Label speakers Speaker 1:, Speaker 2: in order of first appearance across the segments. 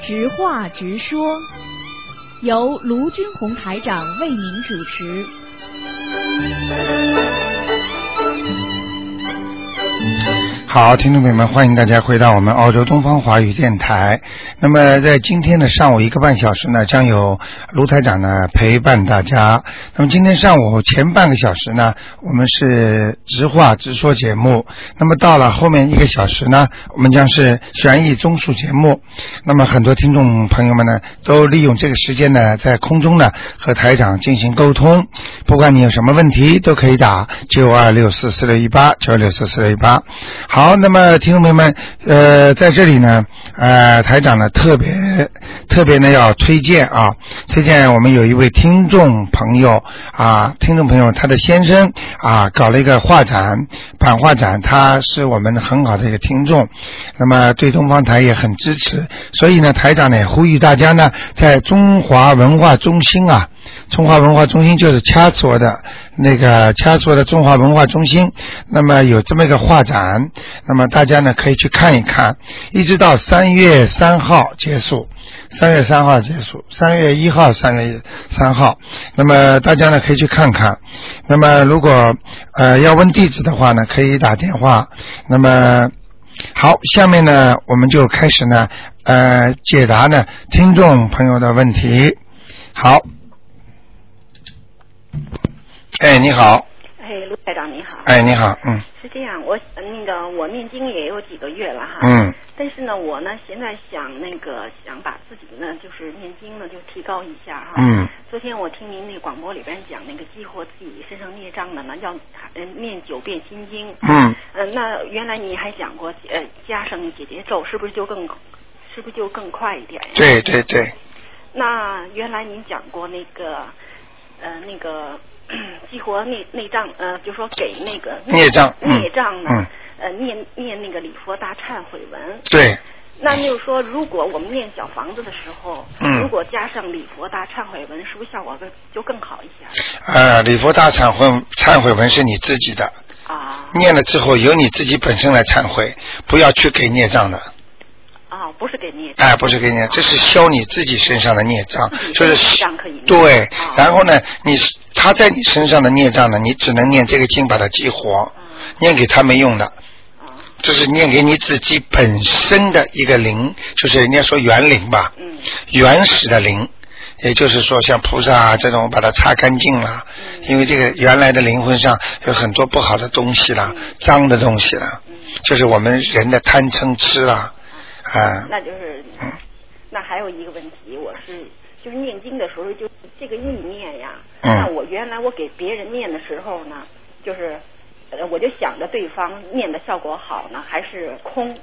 Speaker 1: 直话直说，由卢军红台长为您主持。
Speaker 2: 好，听众朋友们，欢迎大家回到我们澳洲东方华语电台。那么，在今天的上午一个半小时呢，将有卢台长呢陪伴大家。那么，今天上午前半个小时呢，我们是直话直说节目。那么，到了后面一个小时呢，我们将是悬疑综述节目。那么，很多听众朋友们呢，都利用这个时间呢，在空中呢和台长进行沟通。不管你有什么问题，都可以打九二六四四六一八九六四四六一八。好，那么听众朋友们，呃，在这里呢，呃，台长呢特别特别呢要推荐啊，推荐我们有一位听众朋友啊，听众朋友他的先生啊搞了一个画展，版画展，他是我们很好的一个听众，那么对东方台也很支持，所以呢，台长呢也呼吁大家呢，在中华文化中心啊。中华文化中心就是掐索的那个掐索的中华文化中心，那么有这么一个画展，那么大家呢可以去看一看，一直到三月三号结束，三月三号结束，三月一号、三月三号，那么大家呢可以去看看。那么如果呃要问地址的话呢，可以打电话。那么好，下面呢我们就开始呢呃解答呢听众朋友的问题。好。哎，你好。
Speaker 3: 哎，卢台长你好。
Speaker 2: 哎，你好，嗯。
Speaker 3: 是这样，我那个我念经也有几个月了哈。
Speaker 2: 嗯。
Speaker 3: 但是呢，我呢现在想那个想把自己呢就是念经呢就提高一下哈。
Speaker 2: 嗯。
Speaker 3: 昨天我听您那广播里边讲那个激活自己身上孽障的呢，要呃念九遍心经。
Speaker 2: 嗯。
Speaker 3: 呃，那原来你还讲过呃加上解结咒，是不是就更是不是就更快一点呀？
Speaker 2: 对对对。
Speaker 3: 那原来您讲过那个呃那个。激活内内障，呃，就说给那个
Speaker 2: 孽障，
Speaker 3: 孽障
Speaker 2: 呢，嗯、
Speaker 3: 呃，念念那个礼佛大忏悔文。
Speaker 2: 对。
Speaker 3: 那就是说，如果我们念小房子的时候，
Speaker 2: 嗯、
Speaker 3: 如果加上礼佛大忏悔文，是不是效果更就更好一些？
Speaker 2: 呃，礼佛大忏悔忏悔文是你自己的。
Speaker 3: 啊。
Speaker 2: 念了之后，由你自己本身来忏悔，不要去给孽障的。
Speaker 3: 啊、哦，不是给孽
Speaker 2: 障，哎，不是给孽，这是消你自己身上的孽障，就是对、
Speaker 3: 哦。
Speaker 2: 然后呢，你他在你身上的孽障呢，你只能念这个经把它激活，
Speaker 3: 啊
Speaker 2: 嗯、念给他没用的、
Speaker 3: 嗯，
Speaker 2: 就是念给你自己本身的一个灵，就是人家说原灵吧，
Speaker 3: 嗯、
Speaker 2: 原始的灵。也就是说，像菩萨啊这种，把它擦干净了、
Speaker 3: 嗯，
Speaker 2: 因为这个原来的灵魂上有很多不好的东西啦，脏的东西啦，就是我们人的贪嗔痴啦。
Speaker 3: 啊，那就是，那还有一个问题，我是就是念经的时候，就这个意念呀。
Speaker 2: 嗯。
Speaker 3: 那我原来我给别人念的时候呢，就是，呃，我就想着对方念的效果好呢，还是空，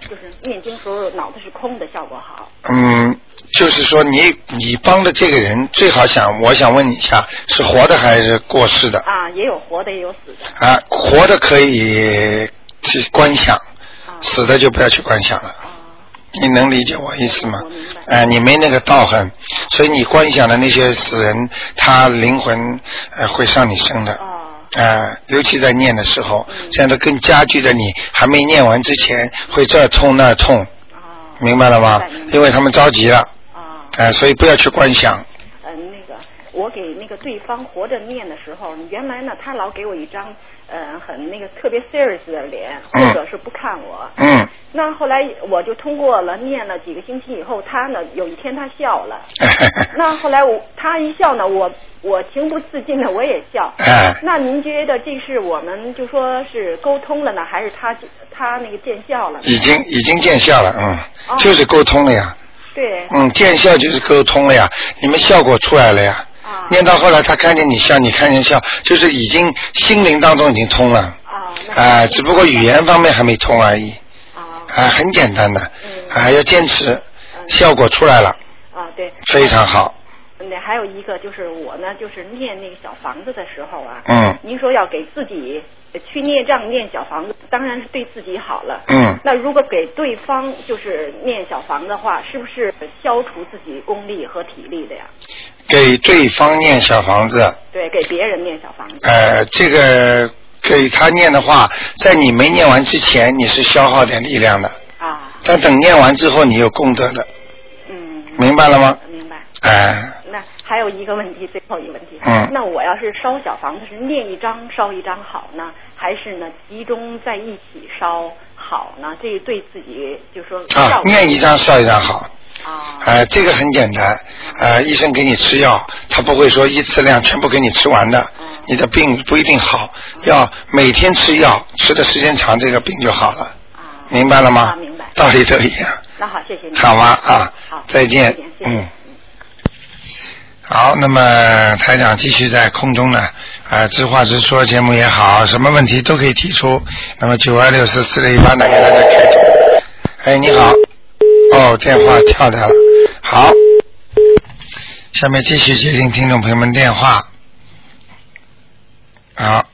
Speaker 3: 就是念经时候脑子是空的效果好。
Speaker 2: 嗯，就是说你你帮的这个人最好想，我想问你一下，是活的还是过世的？
Speaker 3: 啊，也有活的，也有死的。
Speaker 2: 啊，活的可以去观想，
Speaker 3: 啊、
Speaker 2: 死的就不要去观想了。你能理解我意思吗？哎、呃，你没那个道行，所以你观想的那些死人，他灵魂呃会上你身的。
Speaker 3: 哦。
Speaker 2: 呃，尤其在念的时候，嗯、这样的更加剧的你还没念完之前，会这痛那痛。
Speaker 3: 哦。
Speaker 2: 明白了吗？因为他们着急了。
Speaker 3: 啊、哦。
Speaker 2: 哎、呃，所以不要去观想。
Speaker 3: 嗯、呃，那个，我给那个对方活着念的时候，原来呢，他老给我一张。嗯，很那个特别 serious 的脸，或者是不看我。
Speaker 2: 嗯。
Speaker 3: 那后来我就通过了，念了几个星期以后，他呢有一天他笑了。那后来我他一笑呢，我我情不自禁的我也笑。
Speaker 2: 哎。
Speaker 3: 那您觉得这是我们就说是沟通了呢，还是他他那个见笑了？
Speaker 2: 已经已经见笑了，嗯、
Speaker 3: 哦，
Speaker 2: 就是沟通了呀。
Speaker 3: 对。
Speaker 2: 嗯，见笑就是沟通了呀，你们效果出来了呀。
Speaker 3: 啊、
Speaker 2: 念到后来，他看见你笑，你看见笑，就是已经心灵当中已经通了。
Speaker 3: 啊，
Speaker 2: 啊，只不过语言方面还没通而已。
Speaker 3: 啊，
Speaker 2: 啊，很简单的，
Speaker 3: 嗯、
Speaker 2: 啊，要坚持、
Speaker 3: 嗯，
Speaker 2: 效果出来了。
Speaker 3: 啊，对。
Speaker 2: 非常好。
Speaker 3: 那还有一个就是我呢，就是念那个小房子的时候啊，
Speaker 2: 嗯
Speaker 3: 您说要给自己呃去念障念小房子，当然是对自己好了。
Speaker 2: 嗯
Speaker 3: 那如果给对方就是念小房的话，是不是消除自己功力和体力的呀？
Speaker 2: 给对方念小房子，
Speaker 3: 对，给别人念小房子。
Speaker 2: 呃，这个给他念的话，在你没念完之前，你是消耗点力量的，
Speaker 3: 啊，
Speaker 2: 但等念完之后，你有功德的，
Speaker 3: 嗯，
Speaker 2: 明白了吗？
Speaker 3: 明白。
Speaker 2: 哎、
Speaker 3: 那还有一个问题，最后一个问题。
Speaker 2: 嗯
Speaker 3: 那我要是烧小房子，是念一张烧一张好呢，还是呢集中在一起烧好呢？这对自己就说
Speaker 2: 啊
Speaker 3: 效，果
Speaker 2: 念一张烧一张好。
Speaker 3: 啊
Speaker 2: 呃，这个很简单，呃，医生给你吃药，他不会说一次量全部给你吃完的，
Speaker 3: 嗯
Speaker 2: 你的病不一定好，要每天吃药，吃的时间长，这个病就好了，
Speaker 3: 啊，
Speaker 2: 明白了吗
Speaker 3: 啊，？明白。
Speaker 2: 道理都一样，
Speaker 3: 那好，谢谢你。
Speaker 2: 好吗？啊
Speaker 3: 好，，
Speaker 2: 再见
Speaker 3: 谢谢，谢谢
Speaker 2: 嗯。好，那么台长继续在空中呢，啊，直话直说节目也好，什么问题都可以提出。那么九二六四四六一八呢，给大家开通。哎，你好，哦，电话跳掉了。好，下面继续接听听众朋友们电话。好，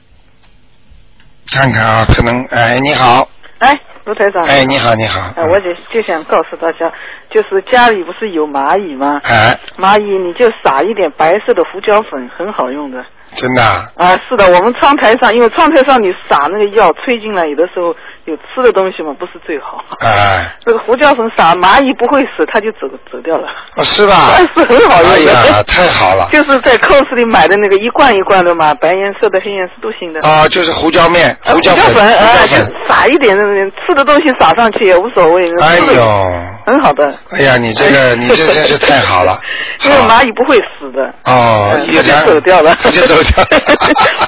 Speaker 2: 看看啊，可能哎，你好，
Speaker 4: 哎，卢台长。
Speaker 2: 哎，你好，你好，
Speaker 4: 哎，我就就想告诉大家，就是家里不是有蚂蚁吗？
Speaker 2: 哎，
Speaker 4: 蚂蚁你就撒一点白色的胡椒粉，很好用的。
Speaker 2: 真的啊
Speaker 4: 啊，是的，我们窗台上，因为窗台上你撒那个药吹进来，有的时候有吃的东西嘛，不是最好。
Speaker 2: 哎，
Speaker 4: 这个胡椒粉撒蚂蚁不会死，它就走走掉了。
Speaker 2: 哦，是吧？
Speaker 4: 哎是很好用
Speaker 2: 哎
Speaker 4: 的
Speaker 2: 呀，太好了。
Speaker 4: 就是在 COS 里买的那个一罐一罐的嘛，白颜色的、黑颜色都行的。
Speaker 2: 啊，就是胡椒面、
Speaker 4: 呃
Speaker 2: 椒
Speaker 4: 粉，
Speaker 2: 胡
Speaker 4: 哎，
Speaker 2: 椒
Speaker 4: 就
Speaker 2: 粉。
Speaker 4: 撒一点那种吃的东西撒上去也无所谓。
Speaker 2: 哎
Speaker 4: 吃的
Speaker 2: 呦，
Speaker 4: 很好的。。
Speaker 2: 哎呀，你这个，你这真是太好了
Speaker 4: 因为
Speaker 2: 好
Speaker 4: 蚂蚁不会死的。
Speaker 2: 哦
Speaker 4: 嗯，
Speaker 2: 月亮
Speaker 4: 它就走掉了，
Speaker 2: 它就走掉。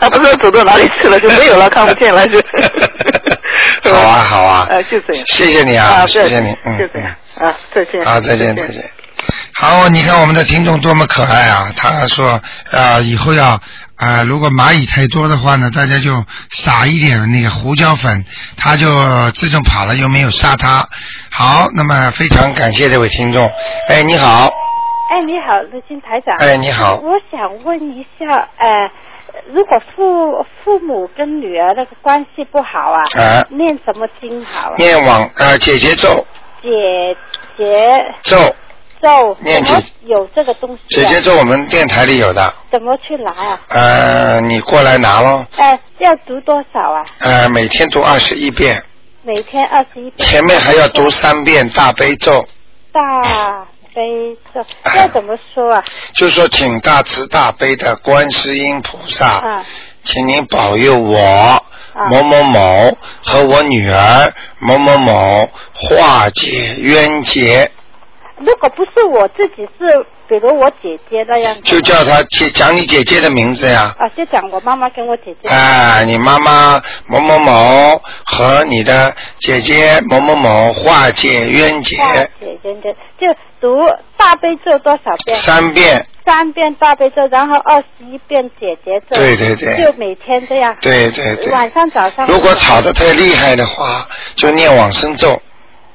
Speaker 4: 它不知道走到哪里去了，就没有了，看不见了，就
Speaker 2: 好 啊，好啊。
Speaker 4: 呃，就这样。
Speaker 2: 谢谢你啊，
Speaker 4: 啊，
Speaker 2: 谢
Speaker 4: 对
Speaker 2: 谢你，嗯
Speaker 4: 就这样。啊，再见。
Speaker 2: 嗯。好，再见，再见。好，你看我们的听众多么可爱啊！他说啊、以后要啊、如果蚂蚁太多的话呢，大家就撒一点那个胡椒粉，它就自动跑了，又没有杀它。好，那么非常感谢这位听众。哎，你好，
Speaker 5: 哎，你好，卢金台长。
Speaker 2: 哎，你好，
Speaker 5: 我想问一下，呃，如果父父母跟女儿那个关系不好啊，
Speaker 2: 啊，
Speaker 5: 念什么经好啊？
Speaker 2: 念往啊姐姐咒
Speaker 5: 解结
Speaker 2: 咒，
Speaker 5: 咒，
Speaker 2: 念
Speaker 5: 怎么
Speaker 2: 解
Speaker 5: 有这个东西、
Speaker 2: 姐
Speaker 5: 啊？
Speaker 2: 姐咒我们电台里有的，
Speaker 5: 怎么去拿啊？
Speaker 2: 呃，你过来拿喽，
Speaker 5: 哎，要读多少啊？
Speaker 2: 呃，每天读二十一遍，
Speaker 5: 每天二十一遍。
Speaker 2: 前面还要读三遍大悲咒，
Speaker 5: 大悲咒，
Speaker 2: 哎
Speaker 5: 要怎么说啊？
Speaker 2: 就说请大慈大悲的观世音菩萨，
Speaker 5: 啊
Speaker 2: 请您保佑我
Speaker 5: 啊
Speaker 2: 某某某和我女儿某某某化解冤结，
Speaker 5: 如果不是我自己是，比如我姐姐那样子
Speaker 2: 就叫他姐讲你姐姐的名字呀。
Speaker 5: 啊，就讲我妈妈跟我姐姐。
Speaker 2: 哎，你妈妈某某某和你的姐姐某某某化解冤结
Speaker 5: 大姐真的就读大悲咒多少遍？
Speaker 2: 三遍，
Speaker 5: 三遍大悲咒，然后二十一遍姐姐咒。
Speaker 2: 对对对
Speaker 5: 就每天这样。
Speaker 2: 对对对。
Speaker 5: 晚上早上。
Speaker 2: 如果吵得太厉害的话，就念往生咒。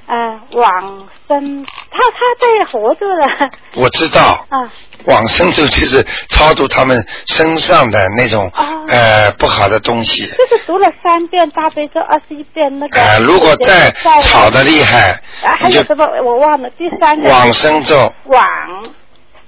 Speaker 5: 嗯、往生，他他在活着了
Speaker 2: 我知道，
Speaker 5: 啊，
Speaker 2: 往生咒就是超度他们身上的那种、
Speaker 5: 哦
Speaker 2: 呃不好的东西。
Speaker 5: 就是读了三遍大悲咒，二十一遍那个。
Speaker 2: 呃，如果再
Speaker 5: 再
Speaker 2: 吵得厉害，
Speaker 5: 啊，还
Speaker 2: 你就
Speaker 5: 有什么我忘了？第三个
Speaker 2: 往生咒。
Speaker 5: 啊往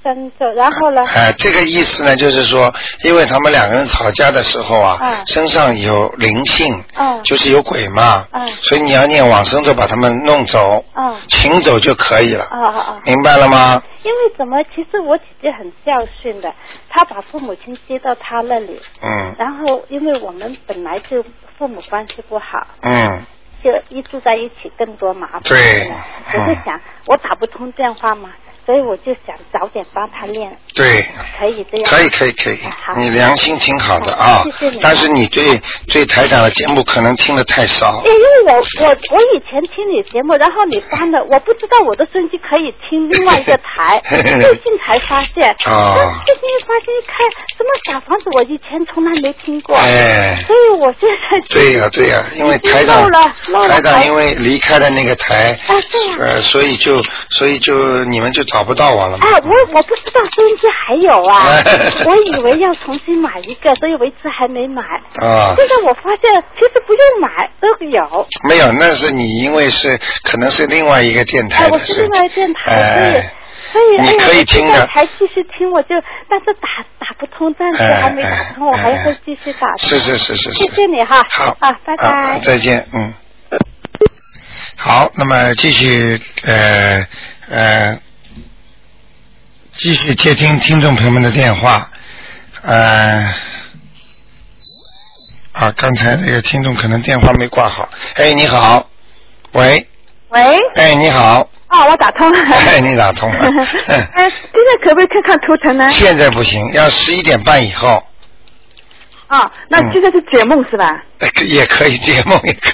Speaker 5: 生咒，然后 呢？
Speaker 2: 哎、这个意思呢，就是说，因为他们两个人吵架的时候啊，
Speaker 5: 嗯
Speaker 2: 身上有灵性，
Speaker 5: 嗯
Speaker 2: 就是有鬼嘛，
Speaker 5: 嗯
Speaker 2: 所以你要念往生咒把他们弄走，
Speaker 5: 嗯
Speaker 2: 请走就可以了，
Speaker 5: 啊啊啊！
Speaker 2: 明白了吗？
Speaker 5: 因为怎么？其实我姐姐很孝顺的，她把父母亲接到她那里，
Speaker 2: 嗯
Speaker 5: 然后因为我们本来就父母关系不好，
Speaker 2: 嗯，
Speaker 5: 就一住在一起更多麻烦了。
Speaker 2: 对
Speaker 5: 我就
Speaker 2: 嗯
Speaker 5: 想我打不通电话嘛，所以我就想早点帮他练，
Speaker 2: 对，
Speaker 5: 可以这样。
Speaker 2: 可以可以可以
Speaker 5: 哎，好
Speaker 2: 你良心挺好的啊，
Speaker 5: 谢谢你啊
Speaker 2: 但是你对对台长的节目可能听得太少，
Speaker 5: 哎，，因为我我我以前听你节目，然后你帮了，我不知道我的孙子可以听另外一个台 最近才发现。
Speaker 2: 哦
Speaker 5: 最近一发现一看，什么小房子，我以前从来没听过。
Speaker 2: 哎。
Speaker 5: 所以我现在
Speaker 2: 对呀、对呀、因为
Speaker 5: 已经
Speaker 2: 台长
Speaker 5: 漏了漏了
Speaker 2: 台长
Speaker 5: 台
Speaker 2: 因为离开了那个台，
Speaker 5: 啊对呀
Speaker 2: 呃，所以就所以就你们就找找不到我了吗？
Speaker 5: 哎，我我不知道收音机还有啊，
Speaker 2: 哎
Speaker 5: 我以为要重新买一个，所以我一直还没买。
Speaker 2: 啊，
Speaker 5: 现在我发现其实不用买都有，
Speaker 2: 没有，那是你因为是可能是另外一个电台
Speaker 5: 哎，我
Speaker 2: 的
Speaker 5: 是
Speaker 2: 事
Speaker 5: 另外电台
Speaker 2: 哎，
Speaker 5: 所以所以
Speaker 2: 你
Speaker 5: 哎呀，
Speaker 2: 可以
Speaker 5: 我现
Speaker 2: 听的啊
Speaker 5: 在才继续听，我就但是打打不通，暂时
Speaker 2: 哎
Speaker 5: 还没打通，我还会继续打通。
Speaker 2: 是是是是是。
Speaker 5: 谢谢你哈，
Speaker 2: 好，
Speaker 5: 啊，拜拜。
Speaker 2: 啊再见，嗯。好，那么继续呃呃，继续接听听众朋友们的电话，呃。啊，刚才那个听众可能电话没挂好。哎，你好，喂，
Speaker 6: 喂，
Speaker 2: 哎，你 好，
Speaker 6: 啊，我打通了。
Speaker 2: 哎，你打 通了。嗯
Speaker 6: 哎，现在可不可以看看图腾呢？
Speaker 2: 现在不行，要十一点半以后，
Speaker 6: 啊，那
Speaker 2: 嗯
Speaker 6: 现在是解梦是吧？
Speaker 2: 呃也可以解梦，也可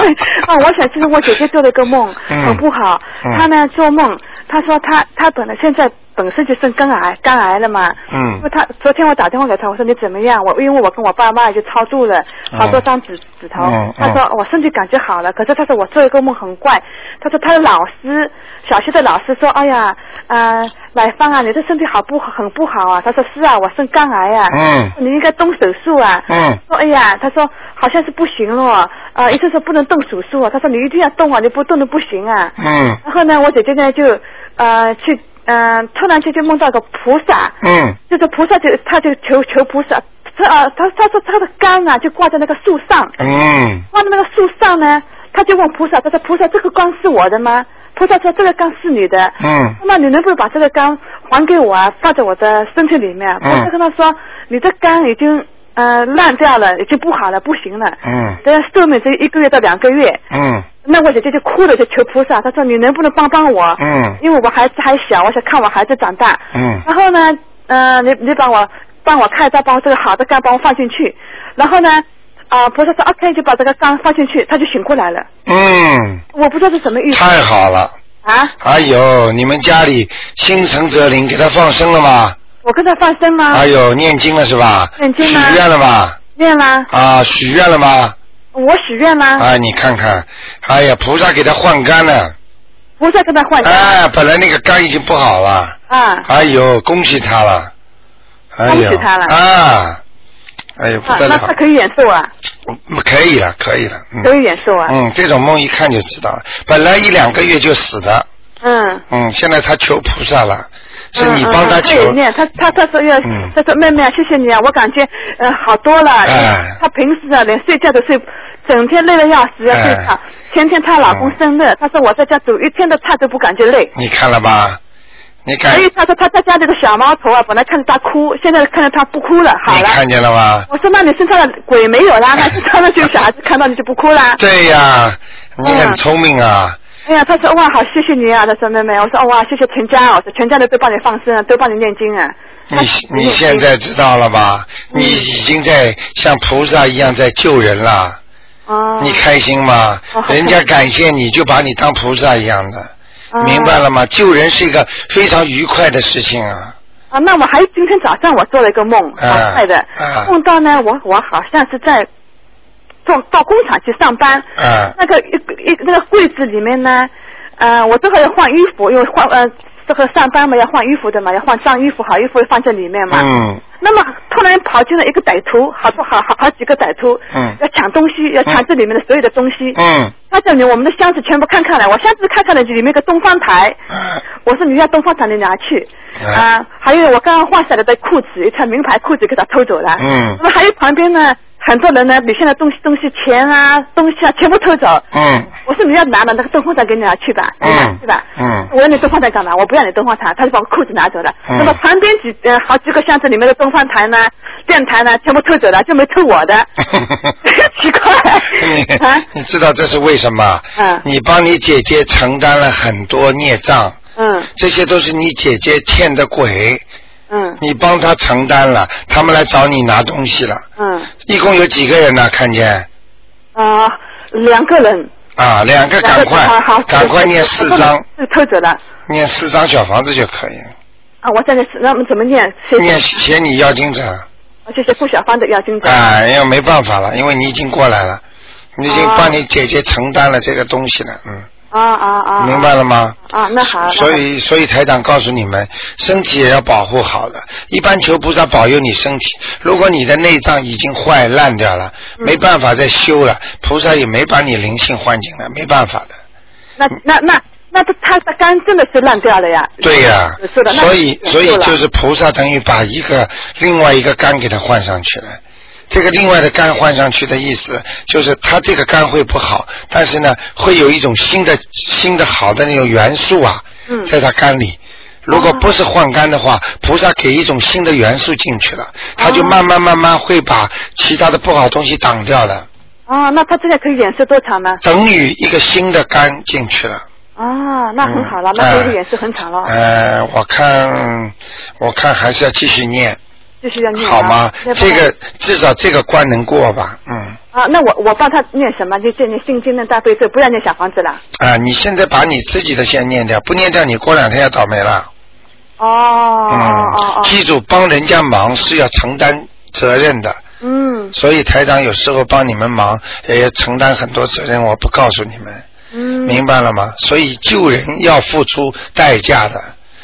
Speaker 2: 以。
Speaker 6: 啊，我想就是我姐姐做了个梦，
Speaker 2: 嗯
Speaker 6: 很不好。
Speaker 2: 嗯
Speaker 6: 她呢做梦，她说她她本来现在本身就生肝癌，肝癌了嘛。因
Speaker 2: 嗯
Speaker 6: 为她昨天我打电话给她，我说你怎么样？我因为我跟我爸妈就超度了
Speaker 2: 嗯
Speaker 6: 好多张纸纸头
Speaker 2: 嗯嗯，
Speaker 6: 她说我身体感觉好了，可是她说我做一个梦很怪，她说她的老师小学的老师说，哎呀，呃，奶芳啊，你这身体好不好很不好啊？她说是啊，我生肝癌啊，
Speaker 2: 嗯
Speaker 6: 你应该动手术啊。
Speaker 2: 嗯
Speaker 6: 说哎呀，他说好像是不行了，呃，医生说不能动手术啊，他说你一定要动啊，你不动的不行啊。
Speaker 2: 嗯
Speaker 6: 然后呢，我姐姐呢就呃去呃突然间就梦到个菩萨，
Speaker 2: 嗯
Speaker 6: 就是菩萨就她就求求菩萨，她呃她她说她的肝啊就挂在那个树上，
Speaker 2: 嗯
Speaker 6: 挂在那个树上呢，她就问菩萨，她说菩萨这个肝是我的吗？菩萨说这个肝是你的，
Speaker 2: 嗯
Speaker 6: 那你能不能把这个肝还给我啊？放在我的身体里面？
Speaker 2: 嗯
Speaker 6: 我就跟他说，你的肝已经呃烂掉了，已经不好了，不行了。
Speaker 2: 嗯
Speaker 6: 等寿命只有一个月到两个月，
Speaker 2: 嗯
Speaker 6: 那我姐姐就哭了，就求菩萨，她说你能不能帮帮我？
Speaker 2: 嗯
Speaker 6: 因为我孩子还小，我想看我孩子长大。
Speaker 2: 嗯
Speaker 6: 然后呢，呃，你你帮我帮我看一下，把我这个好的肝帮我放进去。然后呢，啊、菩萨说 OK，就把这个肝放进去，他就醒过来了。
Speaker 2: 嗯，
Speaker 6: 我不知道是什么意思
Speaker 2: 太好了！
Speaker 6: 啊！
Speaker 2: 哎呦，你们家里心诚则灵，给他放生了吗？
Speaker 6: 我跟他放生吗？
Speaker 2: 哎呦，念经了是吧？
Speaker 6: 啊念经
Speaker 2: 许
Speaker 6: 了
Speaker 2: 愿了吧？
Speaker 6: 念啦。
Speaker 2: 啊，许愿了吗？
Speaker 6: 我许愿啦，
Speaker 2: 哎，你看看，哎呀，菩萨给他换肝了，
Speaker 6: 菩萨跟他换
Speaker 2: 哎，本来那个肝已经不好了，
Speaker 6: 啊，
Speaker 2: 哎呦，恭喜他了，哎呦，
Speaker 6: 恭喜他了
Speaker 2: 啊，哎呦，不
Speaker 6: 啊
Speaker 2: 得
Speaker 6: 那
Speaker 2: 了，
Speaker 6: 他可以演奏啊，
Speaker 2: 嗯可以了，可以了，嗯，
Speaker 6: 可以演奏啊，
Speaker 2: 嗯，这种梦一看就知道了，本来一两个月就死的，
Speaker 6: 嗯，
Speaker 2: 嗯，现在他求菩萨了，是
Speaker 6: 嗯
Speaker 2: 你帮
Speaker 6: 嗯
Speaker 2: 他
Speaker 6: 他
Speaker 2: 求
Speaker 6: 也，念，他他他说要
Speaker 2: 嗯，
Speaker 6: 他说妹妹啊，谢谢你啊，我感觉呃好多了
Speaker 2: 哎，
Speaker 6: 他平时啊连睡觉都睡，整天累得要死要睡
Speaker 2: 哎
Speaker 6: 觉。前天她老公生日，她说我在家煮一天的菜都不感觉累，
Speaker 2: 你看了吧？你看
Speaker 6: 所，以她说她在家里的小猫头啊，本来看着她哭，现在看着她不哭了，好
Speaker 2: 你
Speaker 6: 了。
Speaker 2: 看见了吧？
Speaker 6: 我说那你身上的鬼没有 啦，那身上的就是小孩子看到你就不哭啦。
Speaker 2: 对呀，
Speaker 6: 嗯
Speaker 2: 你很聪明啊，
Speaker 6: 哎呀，他说哇，好谢谢你啊，他说妹妹，我说哦哇，谢谢全家，我说全家人都帮你放生啊，都帮你念经啊。
Speaker 2: 你你现在知道了吧？
Speaker 6: 嗯
Speaker 2: 你已经在像菩萨一样在救人了，
Speaker 6: 哦，
Speaker 2: 你开心吗
Speaker 6: 哦？好
Speaker 2: 人家感谢你就把你当菩萨一样的，
Speaker 6: 嗯
Speaker 2: 明白了吗？救人是一个非常愉快的事情啊。
Speaker 6: 啊，那我还今天早上我做了一个梦，
Speaker 2: 啊
Speaker 6: 好快的
Speaker 2: 啊，
Speaker 6: 梦到呢，我我好像是在做到工厂去上班，
Speaker 2: 啊
Speaker 6: 那个一一那个柜子里面呢，呃，我这个要换衣服，因为换呃这个上班嘛要换衣服的嘛，要换脏衣服好衣服放在里面嘛，
Speaker 2: 嗯
Speaker 6: 那么突然跑进了一个歹徒，好多好好好几个歹徒，
Speaker 2: 嗯
Speaker 6: 要抢东西，要抢这里面的所有的东西。
Speaker 2: 嗯
Speaker 6: 他叫你我们的箱子全部看看了，我箱子看看了，里面有个东方台，
Speaker 2: 啊
Speaker 6: 我说你要东方台你拿去，
Speaker 2: 啊
Speaker 6: 啊，还有我刚刚换下来的裤子，一条名牌裤子给他偷走了，
Speaker 2: 嗯
Speaker 6: 那么还有旁边呢，很多人呢，你现在东西东西钱啊，东西啊，全部偷走。
Speaker 2: 嗯
Speaker 6: 我说你要拿了那个东方台给你拿去吧，
Speaker 2: 嗯
Speaker 6: 你拿去吧。
Speaker 2: 嗯
Speaker 6: 我要你东方台干嘛？我不要你东方台，他就把我裤子拿走了。
Speaker 2: 嗯。
Speaker 6: 那么旁边几呃好几个箱子里面的东方台呢、电台呢，全部偷走了，就没偷我的 奇怪啊
Speaker 2: 你你知道这是为什么？
Speaker 6: 嗯
Speaker 2: 你帮你姐姐承担了很多孽障，
Speaker 6: 嗯
Speaker 2: 这些都是你姐姐欠的鬼，
Speaker 6: 嗯
Speaker 2: 你帮她承担了，他们来找你拿东西了。
Speaker 6: 嗯
Speaker 2: 一共有几个人呢？看见
Speaker 6: 啊，两个人。
Speaker 2: 啊，两个， 赶快
Speaker 6: 好好，
Speaker 2: 赶快念四张，，
Speaker 6: 是偷走了
Speaker 2: 念四张小房子就可以了。
Speaker 6: 啊！我现在是那么怎么念？谢
Speaker 2: 念
Speaker 6: 谢，
Speaker 2: 写你要经者。
Speaker 6: 谢谢顾小芳的要经者。
Speaker 2: 哎，因为没办法了，因为你已经过来了，你已经
Speaker 6: 哦
Speaker 2: 帮你姐姐承担了这个东西了，嗯，
Speaker 6: 啊、啊啊啊！
Speaker 2: 明白了吗？
Speaker 6: 啊，那好。那好
Speaker 2: 所以，所以台长告诉你们，身体也要保护好的。一般求菩萨保佑你身体，如果你的内脏已经坏烂掉了，
Speaker 6: 嗯
Speaker 2: 没办法再修了，菩萨也没把你灵性换进来，没办法的。
Speaker 6: 那那那那他他的肝真的是烂掉了呀？
Speaker 2: 对呀、
Speaker 6: 是的，那
Speaker 2: 所以
Speaker 6: 是
Speaker 2: 所以
Speaker 6: 了
Speaker 2: 就是菩萨等于把一个另外一个肝给他换上去了。这个另外的肝换上去的意思，就是他这个肝会不好，但是呢，会有一种新的新的好的那种元素啊，
Speaker 6: 嗯
Speaker 2: 在他肝里。如果不是
Speaker 6: 哦
Speaker 2: 换肝的话，菩萨给一种新的元素进去了，他就慢慢慢慢会把其他的不好东西挡掉了，
Speaker 6: 啊，那他这个可以演示多长呢？
Speaker 2: 等于一个新的肝进去了。
Speaker 6: 啊，那很好了
Speaker 2: 嗯，
Speaker 6: 那这个演示很长了，
Speaker 2: 呃，我看，我看还是要继续念，
Speaker 6: 就是要念啊
Speaker 2: 好吗
Speaker 6: 要？不
Speaker 2: 这
Speaker 6: 然
Speaker 2: 个至少这个关能过吧，嗯。
Speaker 6: 啊，那我我帮他念什么？就就念心经、念大悲咒，不要念小房子了。
Speaker 2: 啊，你现在把你自己的先念掉，不念掉你过两天要倒霉了。
Speaker 6: 哦哦哦
Speaker 2: 嗯，
Speaker 6: 哦，
Speaker 2: 记住，帮人家忙是要承担责任的，
Speaker 6: 嗯
Speaker 2: 所以台长有时候帮你们忙也要承担很多责任，我不告诉你们，
Speaker 6: 嗯，
Speaker 2: 明白了吗？所以救人要付出代价的，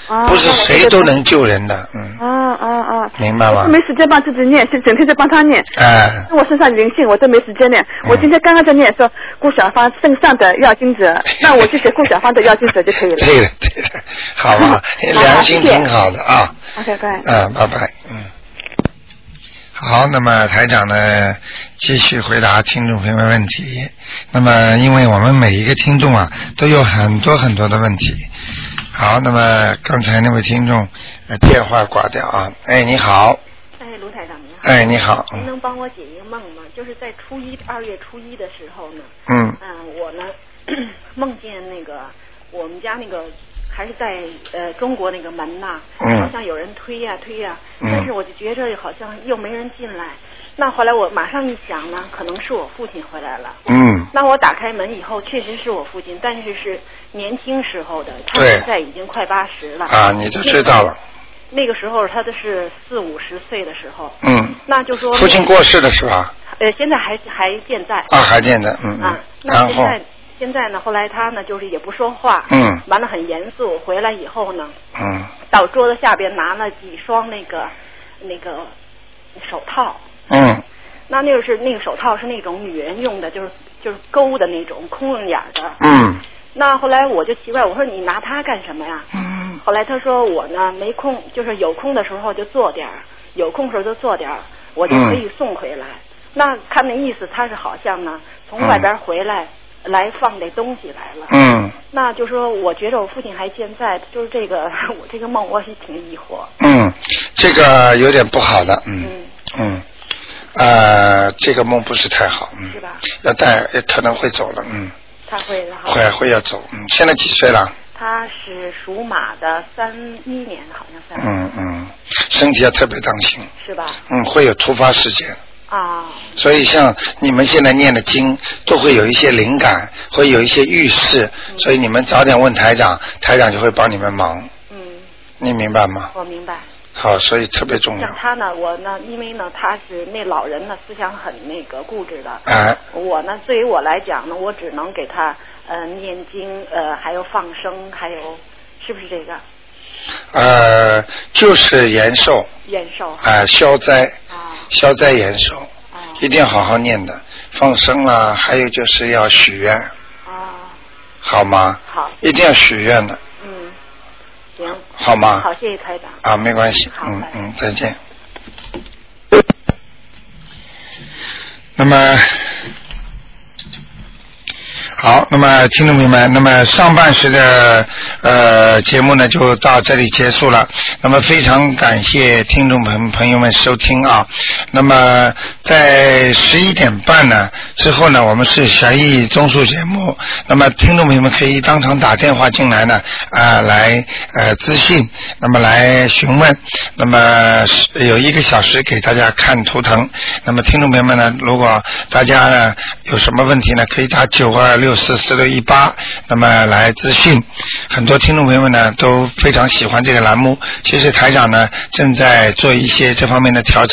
Speaker 6: 啊
Speaker 2: 不是
Speaker 6: 那我
Speaker 2: 谁
Speaker 6: 这
Speaker 2: 都
Speaker 6: 个
Speaker 2: 能救人的，嗯，
Speaker 6: 啊啊啊！
Speaker 2: 明白吗
Speaker 6: 我是？没时间帮自己念，是整天在帮他念。
Speaker 2: 哎，
Speaker 6: 我身上有灵性，我都没时间念。
Speaker 2: 嗯
Speaker 6: 我今天刚刚在念说顾小芳身上的要经者， 那我就写顾小芳的要经者就可以了。
Speaker 2: 对了对了，好吧，良心挺好的啊。
Speaker 6: OK，拜。
Speaker 2: 啊，拜拜，嗯。好，那么台长呢，继续回答听众朋友们问题。那么，因为我们每一个听众啊，都有很多很多的问题。好，那么刚才那位听众、呃、电话挂掉啊。哎，你好，
Speaker 3: 哎，卢台长您好。
Speaker 2: 哎，你好，
Speaker 3: 您
Speaker 2: 嗯
Speaker 3: 能帮我解一个梦吗？就是在初一、二月初一的时候呢，
Speaker 2: 嗯
Speaker 3: 嗯，我呢 梦见那个我们家那个还是在呃中国那个门呐、
Speaker 2: 嗯
Speaker 3: 好像有人推呀、推呀、
Speaker 2: 嗯
Speaker 3: 但是我就觉着好像又没人进来。那后来我马上一想呢，可能是我父亲回来了。
Speaker 2: 嗯，
Speaker 3: 那我打开门以后，确实是我父亲，但是是年轻时候的，他
Speaker 2: 对
Speaker 3: 现在已经快八十了。
Speaker 2: 啊，你就知道了，
Speaker 3: 那个时候他的是四五十岁的时候，
Speaker 2: 嗯，
Speaker 3: 那就说
Speaker 2: 父亲过世了是吧？
Speaker 3: 呃，现在还还健在。
Speaker 2: 啊，还健在，嗯
Speaker 3: 啊
Speaker 2: 嗯，，
Speaker 3: 那
Speaker 2: 然
Speaker 3: 现
Speaker 2: 后，
Speaker 3: 在现在呢，后来他呢就是也不说话，
Speaker 2: 嗯
Speaker 3: 完了很严肃，回来以后呢，
Speaker 2: 嗯
Speaker 3: 到桌子下边拿了几双那个那个手套，
Speaker 2: 嗯
Speaker 3: 那那个是那个手套是那种女人用的，就是就是勾的那种空楞眼儿的。
Speaker 2: 嗯
Speaker 3: 那后来我就奇怪，我说你拿它干什么呀？
Speaker 2: 嗯
Speaker 3: 后来他说我呢没空，就是有空的时候就做点儿，有空时候就做点儿，我就可以送回来。
Speaker 2: 嗯
Speaker 3: 那看那意思，他是好像呢从外边回来、来放这东西来了。
Speaker 2: 嗯
Speaker 3: 那就说我觉着我父亲还健在，就是这个 我这个梦我是挺疑惑。
Speaker 2: 嗯，这个有点不好的，
Speaker 3: 嗯，
Speaker 2: 嗯，呃，这个梦不是太好，嗯
Speaker 3: 是，吧？
Speaker 2: 要带也可能会走了，嗯，
Speaker 3: 他会的哈，
Speaker 2: 会会要走，嗯，现在几岁了？
Speaker 3: 他是属马的，三一年好像三、
Speaker 2: 嗯嗯，身体要特别当心，
Speaker 3: 是吧？
Speaker 2: 嗯，会有突发事件，
Speaker 3: 啊，
Speaker 2: 所以像你们现在念的经，都会有一些灵感，会有一些预示，所以你们早点问台长，台长就会帮你们忙，
Speaker 3: 嗯，
Speaker 2: 你明白吗？
Speaker 3: 我明白。
Speaker 2: 好，所以特别重要
Speaker 3: 像，他呢，我呢，因为呢，他是那老人呢，思想很那个固执的。
Speaker 2: 哎，
Speaker 3: 我呢，对于我来讲呢，我只能给他呃念经，呃，还有放生，还有是不是这个
Speaker 2: 呃，就是延寿，
Speaker 3: 延寿啊
Speaker 2: 哎、消灾，
Speaker 3: 啊
Speaker 2: 消灾延寿。
Speaker 3: 啊
Speaker 2: 一定要好好念的，放生啦，还有就是要许愿，
Speaker 3: 啊！
Speaker 2: 好吗？
Speaker 3: 好，
Speaker 2: 一定要许愿的，
Speaker 3: 嗯，行，
Speaker 2: 好吗？
Speaker 3: 好，谢谢台长。
Speaker 2: 啊，没关系，
Speaker 3: 好
Speaker 2: 嗯
Speaker 3: 拜拜
Speaker 2: 嗯，再见。那么。好，那么听众朋友们，那么上半时的呃节目呢就到这里结束了。那么非常感谢听众朋朋友们收听啊。那么在十一点半呢之后呢，我们是悬疑综述节目。那么听众朋友们可以当场打电话进来呢啊、来呃咨询，那么来询问。那么是有一个小时给大家看图腾。那么听众朋友们呢，如果大家呢有什么问题呢，可以打九二六四四六一八，那么来咨询。很多听众朋友们呢都非常喜欢这个栏目。其实台长呢正在做一些这方面的调整。